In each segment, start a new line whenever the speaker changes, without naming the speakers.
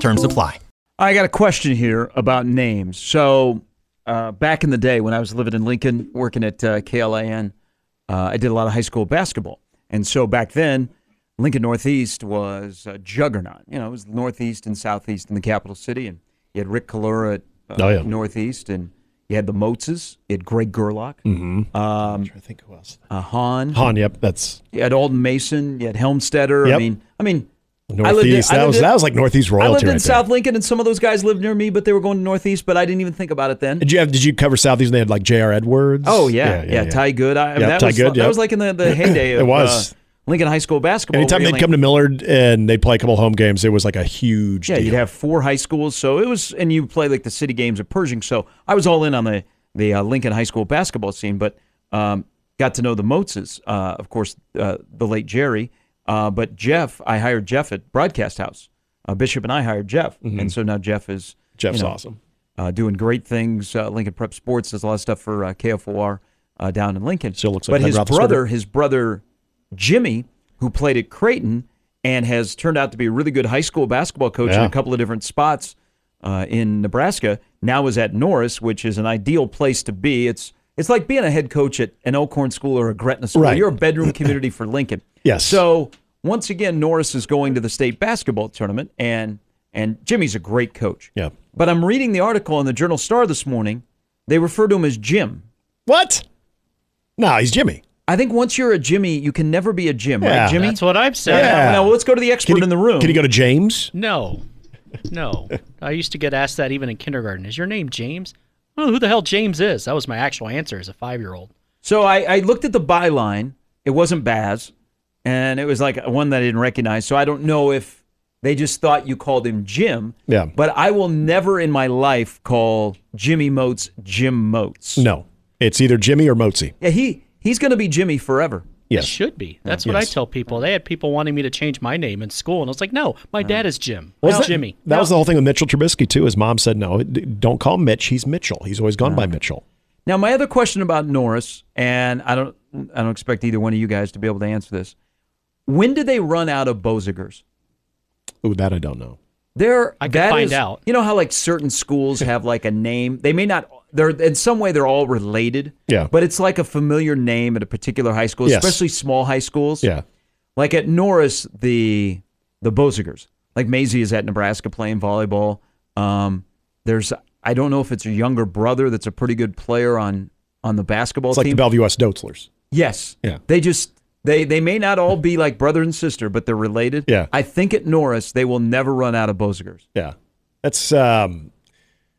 Terms apply.
I got a question here about names. So, uh, back in the day when I was living in Lincoln, working at uh, KLAN, uh, I did a lot of high school basketball. And so back then, Lincoln Northeast was a juggernaut. You know, it was Northeast and Southeast in the capital city. And you had Rick Kalura at uh,
Oh, yeah.
Northeast, and you had the Moatses, you had Greg Gerlach,
Mm. I think who else?
uh, Han,
Han. Yep, that's
you had Alden Mason, you had Helmstetter. I
Yep.
mean, I mean, I lived in-
northeast.
I
that
lived
was
in-
that was like northeast royalty.
I lived in
right there.
South Lincoln, and some of those guys lived near me, but they were going to Northeast. But I didn't even think about it then.
Did you have? Did you cover southeast? And they had like J.R. Edwards.
Oh yeah, yeah, Ty Good. I, I mean,
Yeah,
that
Ty
was
Good,
that
yep.
was like in the, the heyday.
It
Of,
was.
uh, Lincoln High School basketball.
Anytime
where
they'd
you're
come
like-
to Millard and they'd play a couple home games, it was like a huge.
yeah,
deal.
you'd have four high schools, so it was, and you play like the city games at Pershing. So I was all in on the the uh, Lincoln High School basketball scene, but um, got to know the Moatses, uh, of course, uh, the late Jerry, uh, but Jeff. I hired Jeff at Broadcast House. Uh, Bishop and I hired Jeff, and so now Jeff is
Mm-hmm. Jeff's
you know,
awesome.
uh, doing great things. Uh, Lincoln Prep Sports does a lot of stuff for uh, KFOR uh, down in Lincoln.
Still looks
but
like Ben
his
Roethlisberger.
brother, his brother Jimmy, who played at Creighton and has turned out to be a really good high school basketball coach in
Yeah.
a couple of different spots uh, in Nebraska, now is at Norris, which is an ideal place to be. It's it's like being a head coach at an Elkhorn school or a Gretna school.
Right.
You're a bedroom community for Lincoln.
Yes.
So once again, Norris is going to the state basketball tournament, and and Jimmy's a great coach.
Yeah.
But I'm reading the article in the Journal Star this morning. They refer to him as Jim.
What? No, he's Jimmy.
I think once you're a Jimmy, you can never be a Jim,
Yeah.
right, Jimmy?
That's what I've said.
Yeah.
Now let's go to the expert
Can you-
in the room.
Can you go to James?
No, no. I used to get asked that even in kindergarten. Is your name James? Oh, who the hell James is? That was my actual answer as a five-year-old.
so I, I looked at the byline. It wasn't Baz, and it was like one that I didn't recognize. So I don't know if they just thought you called him Jim.
Yeah.
But I will never in my life call Jimmy Moats Jim Moats.
No, it's either Jimmy or Mozi.
Yeah, he he's going to be Jimmy forever.
It
Yes. Uh,
should be. That's what I
Yes.
tell people. They had people wanting me to change my name in school, and I was like, no, my dad is Jim. I'm
that,
Jimmy.
That Uh-huh. was the whole thing with Mitchell Trubisky too. His mom said, "No, d- don't call him Mitch. He's Mitchell. He's always gone by Mitchell."
Now, my other question about Norris, and I don't, I don't expect either one of you guys to be able to answer this. When did they run out of Bozingers?
Ooh, that I don't know.
There, I
could find out.
You know how like certain schools have like a name. They may not. They're in some way they're all related.
Yeah.
But it's like a familiar name at a particular high school,
Yes.
especially small high schools.
Yeah.
Like at Norris, the the Bozingers. Like Maisie is at Nebraska playing volleyball. Um, there's I don't know if it's a younger brother that's a pretty good player on on the basketball
It's like
team.
the Bellevue West Dotlers.
Yes.
Yeah.
They just they they may not all be like brother and sister, but they're related.
Yeah.
I think at Norris they will never run out of Bozingers.
Yeah. That's um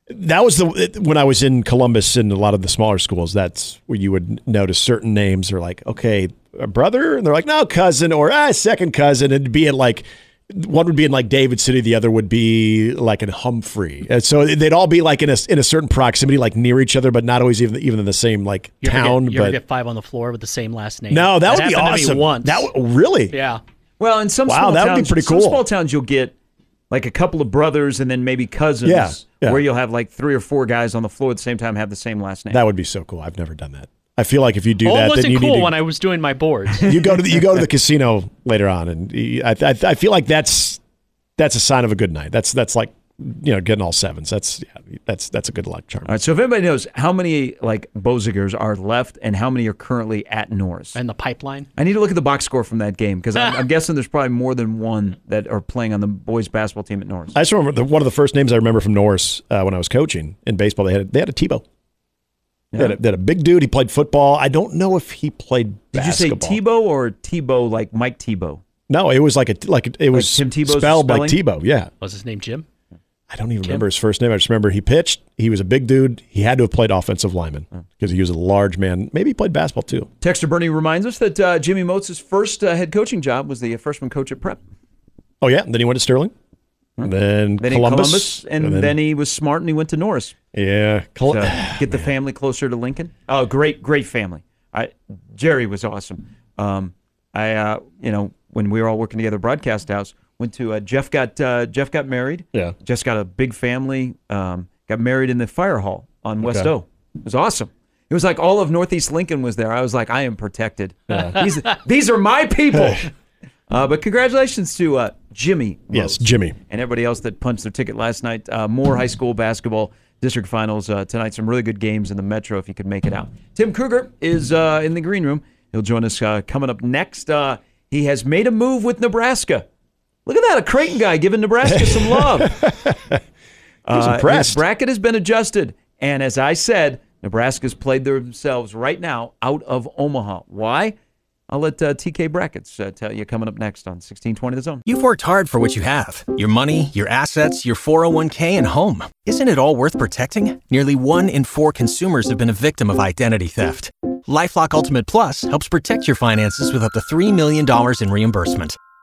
that was the when I was in Columbus and a lot of the smaller schools, that's where you would notice certain names are like, okay, a brother, and they're like, no, cousin or ah, second cousin. It'd be in like one would be in like David City, the other would be like in Humphrey. And so they'd all be like in a in a certain proximity, like near each other, but not always even even in the same like
You ever get-
town.
you ever
but
get five on the floor with the same last name?
no, that, would be
happened to me
awesome.
once.
That would- really,
yeah.
Well, in some
Wow,
small
that would be
towns,
pretty
some
cool.
small towns you'll get like a couple of brothers and then maybe cousins
Yeah, yeah.
where you'll have like three or four guys on the floor at the same time have the same last name.
that would be so cool. I've never done that. I feel like if you do
Oh,
that, then
wasn't
you
cool
need to
when I was doing my boards.
you go to the, you go to the casino later on, and you- I, I I feel like that's that's a sign of a good night. That's that's like you know getting all sevens. That's yeah, that's that's a good luck charm.
all right, so if anybody knows how many like Bozingers are left and how many are currently at Norris,
and the pipeline.
I need to look at the box score from that game because I'm, I'm guessing there's probably more than one that are playing on the boys basketball team at Norris.
I just remember the, one of the first names I remember from Norris uh, when I was coaching in baseball. They had they had a Tebow. They, had a, they had a big dude. He played football. I don't know if he played.
Did you say Tebow
basketball.
or Tebow like Mike Tebow?
No, it was like a like a- it was
Tim Tebow's
spelled like
spelling?
Tebow. Yeah,
Was his name Jim?
I don't even remember his first name. I just remember he pitched. He was a big dude. He had to have played offensive lineman
Hmm.
because he was a large man. Maybe he played basketball too.
Texter Bernie reminds us that uh, Jimmy Moats' first uh, head coaching job was the freshman uh, coach at Prep.
Oh yeah, and then he went to Sterling. Then,
Hmm. Then
Columbus,
he Columbus, and, then, he was smart and he went to Norris.
yeah, Col-
So get the family closer to Lincoln. Oh, great, great family. I Jerry was awesome. Um, I uh, you know when we were all working together, at broadcast house went to uh, Jeff got uh, Jeff got married.
Yeah.
Jeff got a big family. Um, got married in the fire hall on West
Okay.
O. It was awesome. It was like all of Northeast Lincoln was there. I was like, I am protected. These, these are my people. Uh, but congratulations to uh, Jimmy.
yes,
Rhodes
Jimmy.
and everybody else that punched their ticket last night. Uh, more high school basketball district finals uh, tonight. Some really good games in the Metro if you could make it out. Tim Kruger is uh, in the green room. He'll join us uh, coming up next. Uh, he has made a move with Nebraska. Look at that, a Creighton guy giving Nebraska some love.
He's
Uh,
impressed.
His bracket has been adjusted. And as I said, Nebraska's played themselves right now out of Omaha. Why? I'll let uh, TK Brackets uh, tell you coming up next on 1620 The Zone.
You've worked hard for what you have your money, your assets, your 401k, and home. Isn't it all worth protecting? Nearly one in four consumers have been a victim of identity theft. Lifelock Ultimate Plus helps protect your finances with up to $3 million in reimbursement.